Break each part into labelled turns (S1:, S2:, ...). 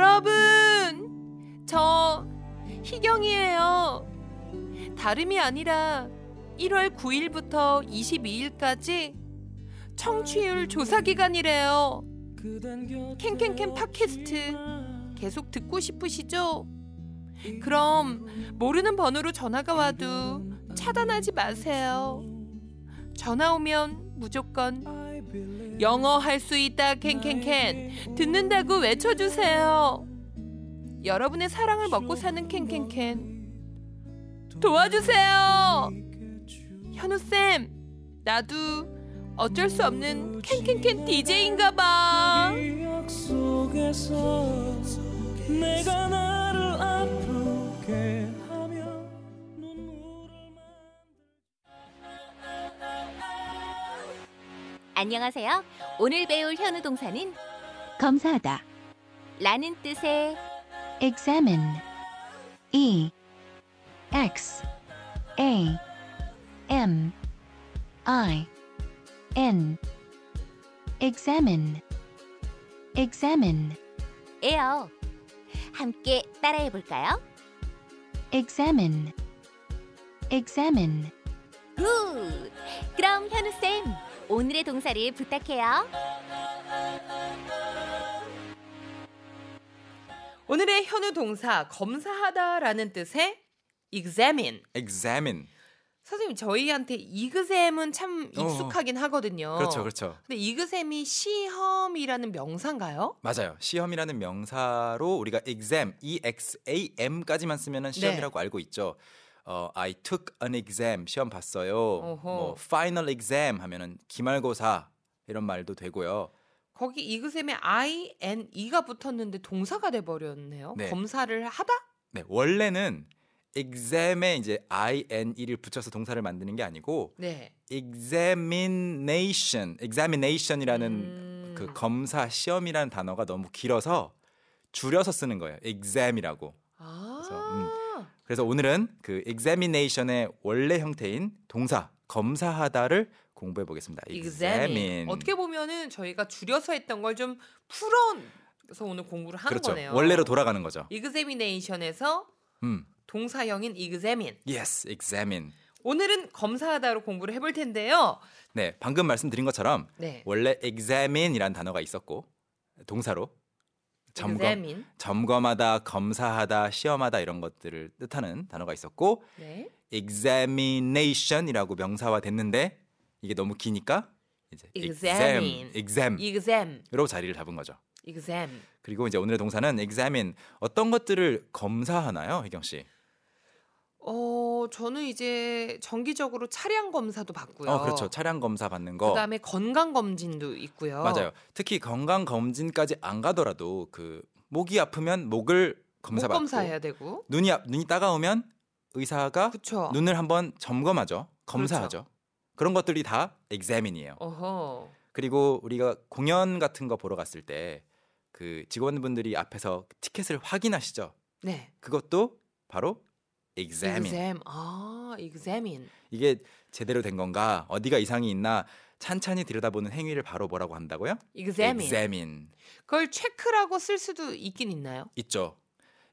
S1: 여러분, 저 희경이에요. 다름이 아니라 1월 9일부터 22일까지 청취율 조사 기간이래요. 캔캔캔 팟캐스트 계속 듣고 싶으시죠? 그럼 모르는 번호로 전화가 와도 차단하지 마세요. 전화 오면 무조건 영어 할 수 있다 캔캔캔 듣는다고 외쳐주세요. 여러분의 사랑을 먹고 사는 캔캔캔 도와주세요. 현우 쌤, 나도 어쩔 수 없는 캔캔캔 DJ인가 봐.
S2: 기억 속에서 내가 나를 아프게 하며 눈물을
S3: 안녕하세요. 오늘 배울 현우 동사는
S4: 검사하다
S3: 라는 뜻의
S4: examine e x a m i n examine examine
S3: 에요. 함께 따라해 볼까요?
S4: examine examine
S3: 굿! 그럼 현우 쌤, 오늘의 동사를 부탁해요.
S1: 오늘의 현우 동사 검사하다라는 뜻의 examine.
S5: examine.
S1: 선생님 저희한테 이그셈은 참
S5: 어,
S1: 익숙하긴 하거든요.
S5: 그렇죠, 그렇죠.
S1: 근데 이그셈이 시험이라는 명사인가요?
S5: 맞아요. 시험이라는 명사로 우리가 exam, e x a m까지만 쓰면은 시험이라고 알고 있죠. 어, I took an exam. 시험 봤어요.
S1: 어허.
S5: 뭐 final exam 하면은 기말고사 이런 말도 되고요.
S1: 거기 이그셈에 I, N, E가 붙었는데 동사가 돼버렸네요.
S5: 네.
S1: 검사를 하다?
S5: 네, 원래는 exam에 이제 i n e를 붙여서 동사를 만드는 게 아니고
S1: 네.
S5: examination, examination이라는
S1: 음.
S5: 그 검사 시험이라는 단어가 너무 길어서 줄여서 쓰는 거예요. exam이라고.
S1: 아.
S5: 그래서, 음, 그래서 오늘은 그 examination의 원래 형태인 동사 검사하다를 공부해 보겠습니다.
S1: examine. 어떻게 보면은 저희가 줄여서 했던 걸 좀 풀어서 오늘 공부를 하는
S5: 그렇죠.
S1: 거네요.
S5: 원래로 돌아가는 거죠.
S1: examination에서
S5: 음.
S1: 동사형인 examine.
S5: Yes, examine.
S1: 오늘은 검사하다로 공부를 해볼 텐데요.
S5: 네, 방금 말씀드린 것처럼
S1: 네.
S5: 원래 examine이란 단어가 있었고 동사로 점검,
S1: examine.
S5: 점검하다, 검사하다, 시험하다 이런 것들을 뜻하는 단어가 있었고
S1: 네.
S5: examination이라고 명사화 됐는데 이게 너무 기니까 이제
S1: Examine. exam.
S5: exam, exam으로 자리를 잡은 거죠.
S1: exam.
S5: 그리고 이제 오늘의 동사는 examine 어떤 것들을 검사하나요, 혜경 씨?
S1: 어, 저는 이제 정기적으로 차량 검사도 받고요.
S5: 어, 그렇죠. 차량 검사 받는 거.
S1: 그다음에 건강 검진도 있고요.
S5: 맞아요. 특히 건강 검진까지 안 가더라도 그 목이 아프면 목을
S1: 목
S5: 검사 받고
S1: 검사해야 되고.
S5: 눈이 아- 눈이 따가우면 의사가
S1: 그렇죠.
S5: 눈을 한번 점검하죠. 검사하죠. 그런 것들이 다 examine이에요.
S1: 어허.
S5: 그리고 우리가 공연 같은 거 보러 갔을 때 그 직원분들이 앞에서 티켓을 확인하시죠.
S1: 네.
S5: 그것도 바로 examine.
S1: exam. 아, examine.
S5: 이게 제대로 된 건가? 어디가 이상이 있나? 찬찬히 들여다보는 행위를 바로 뭐라고 한다고요?
S1: examine.
S5: examine.
S1: 그걸 체크라고 쓸 수도 있긴 있나요?
S5: 있죠.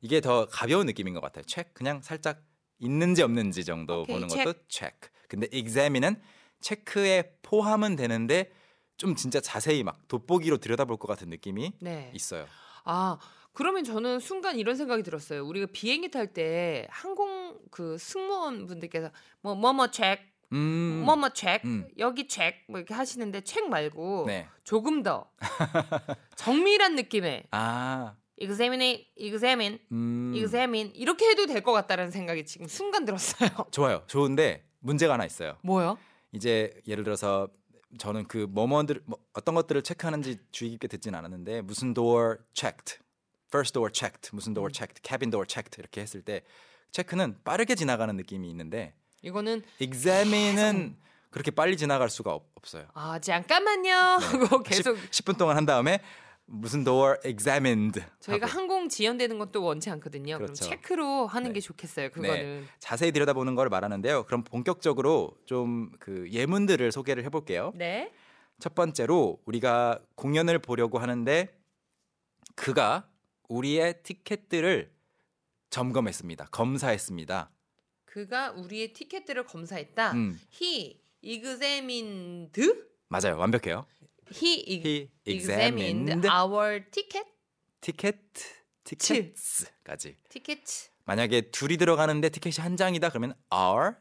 S5: 이게 더 가벼운 느낌인 것 같아요. 체크 그냥 살짝 있는지 없는지 정도
S1: 오케이,
S5: 보는 것도 체크. 근데 examine은 체크에 포함은 되는데 좀 진짜 자세히 막 돋보기로 들여다볼 것 같은 느낌이
S1: 네.
S5: 있어요.
S1: 아, 그러면 저는 순간 이런 생각이 들었어요. 우리가 비행기 탈 때 항공 그 승무원 분들께서 뭐 뭐뭐 체크,
S5: 음.
S1: 뭐뭐 체크,
S5: 음.
S1: 여기 체크 뭐 이렇게 하시는데 체크 말고
S5: 네.
S1: 조금 더 정밀한 느낌의
S5: 아.
S1: examine, examine,
S5: 음.
S1: examine 이렇게 해도 될 것 같다는 생각이 지금 순간 들었어요.
S5: 좋아요. 좋은데 문제가 하나 있어요.
S1: 뭐요?
S5: 이제 예를 들어서 저는 그 뭐뭐들 뭐 어떤 것들을 체크하는지 주의 깊게 듣진 않았는데 무슨 door checked, first door checked, 무슨 door checked, cabin door checked 이렇게 했을 때 체크는 빠르게 지나가는 느낌이 있는데
S1: 이거는
S5: examine은 그렇게 빨리 지나갈 수가 없, 어요
S1: 아
S5: 네.
S1: 잠깐만요 하고 계속
S5: 10, 분 동안 한 다음에 무슨 door examined
S1: 저희가
S5: 하고
S1: 항공 지연되는 것도 원치 않거든요. 그럼
S5: 그렇죠.
S1: 체크로 하는
S5: 네.
S1: 게 좋겠어요.
S5: 네.
S1: 그거는
S5: 자세히 들여다보는 걸 말하는데요. 그럼 본격적으로 좀 그 예문들을 소개를 해볼게요.
S1: 네.
S5: 첫 번째로 우리가 공연을 보려고 하는데 그가 우리의 티켓들을 점검했습니다. 검사했습니다.
S1: 그가 우리의 티켓들을 검사했다.
S5: 음,
S1: He examined he,
S5: 맞아요. 완벽해요.
S1: e-
S5: He
S1: examined,
S5: examined
S1: our ticket
S5: 티켓 티켓까지.
S1: 티켓
S5: 만약에 둘이 들어가는데 티켓이 한 장이다 그러면 our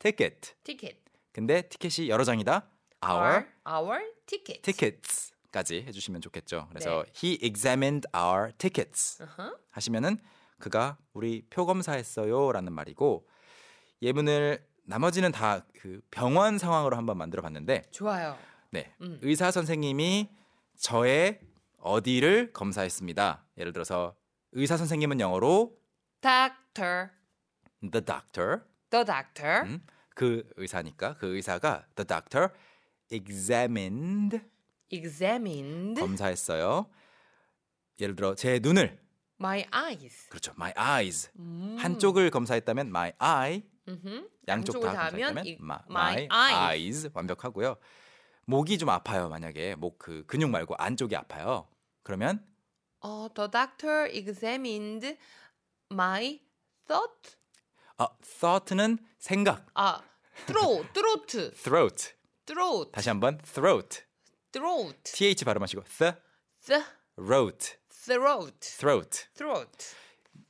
S5: ticket.
S1: 티켓
S5: 근데 티켓이 여러 장이다. our
S1: our our ticket
S5: tickets까지 해주시면 좋겠죠. 그래서 he examined our tickets
S1: 어허.
S5: 하시면은 그가 우리 표 검사했어요라는 말이고 예문을 나머지는 다 그 병원 상황으로 한번 만들어봤는데
S1: 좋아요.
S5: 네
S1: 음.
S5: 의사 선생님이 저의 어디를 검사했습니다. 예를 들어서 의사 선생님은 영어로
S1: Doctor,
S5: the doctor
S1: the doctor
S5: 음, 그 의사니까 그 의사가 the doctor examined
S1: examined
S5: 검사했어요. 예를 들어 제 눈을
S1: my eyes.
S5: 그렇죠. my eyes
S1: 음.
S5: 한쪽을 검사했다면 my eye
S1: 음흠.
S5: 양쪽
S1: 양쪽을
S5: 다
S1: 다 하면
S5: 검사했다면
S1: 이-
S5: my,
S1: my
S5: my eyes. 완벽하고요. 목이 좀 아파요. 만약에 목 그 근육 말고 안쪽이 아파요. 그러면
S1: 어, the doctor examined my throat.
S5: 아, thought는 생각
S1: 아, throat, throat,
S5: throat
S1: throat,
S5: 다시 한번 throat
S1: throat,
S5: th 발음하시고 throat
S1: the throat,
S5: throat
S1: throat.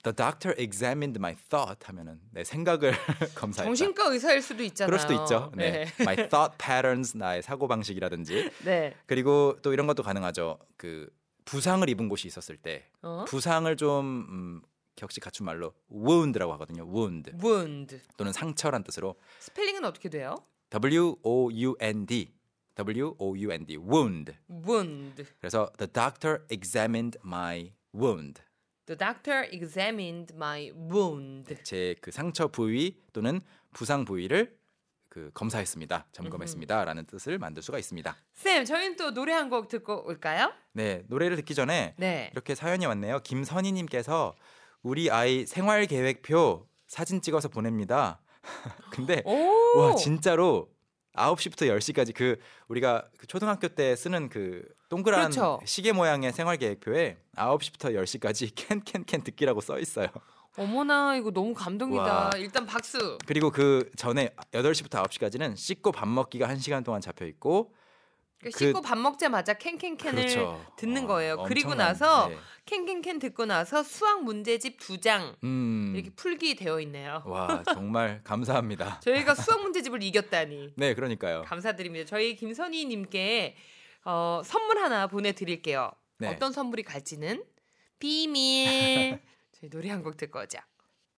S5: the doctor examined my thought 하면은 내 생각을 검사했다.
S1: 정신과 의사일 수도 있잖아요.
S5: 그럴 수도 있죠. 네. My thought patterns 나의 사고 방식이라든지
S1: 네.
S5: 그리고 또 이런 것도 가능하죠. 그 부상을 입은 곳이 있었을 때
S1: 어?
S5: 부상을 좀 음, 격식 갖춘 말로 wound라고 하거든요. wound
S1: wound.
S5: 또는 상처란 뜻으로
S1: 스펠링은 어떻게 돼요?
S5: w o u n d w o u n d wound.
S1: wound.
S5: 그래서 the doctor examined my wound.
S1: The doctor examined my wound.
S5: 제 그 상처 부위 또는 부상 부위를 그 검사했습니다. 점검했습니다라는 뜻을 만들 수가 있습니다.
S1: 쌤, 저희는 또 노래 한 곡 듣고 올까요?
S5: 네, 노래를 듣기 전에
S1: 네.
S5: 이렇게 사연이 왔네요. 김선희 님께서 우리 아이 생활 계획표 사진 찍어서 보냅니다. 근데
S1: 어. 오!
S5: 와 진짜로 9시부터 10시까지 그 우리가 그 초등학교 때 쓰는 그 동그란
S1: 그렇죠.
S5: 시계 모양의 생활 계획표에 9시부터 10시까지 캔캔캔 듣기라고 써 있어요.
S1: 어머나, 이거 너무 감동이다.
S5: 와.
S1: 일단 박수.
S5: 그리고 그 전에 8시부터 9시까지는 씻고 밥 먹기가 1시간 동안 잡혀 있고
S1: 그
S5: 그-
S1: 씻고 밥 먹자마자 캔캔캔을 듣는
S5: 어,
S1: 거예요. 그리고
S5: 엄청난,
S1: 나서
S5: 네.
S1: 캔캔캔 듣고 나서 수학 문제집 두 장
S5: 음.
S1: 이렇게 풀기 되어 있네요.
S5: 와 정말 감사합니다.
S1: 저희가 수학 문제집을 이겼다니
S5: 네, 그러니까요.
S1: 감사드립니다. 저희 김선희님께 어, 선물 하나 보내드릴게요.
S5: 네.
S1: 어떤 선물이 갈지는 비밀. 저희 노래 한 곡 듣고 오자.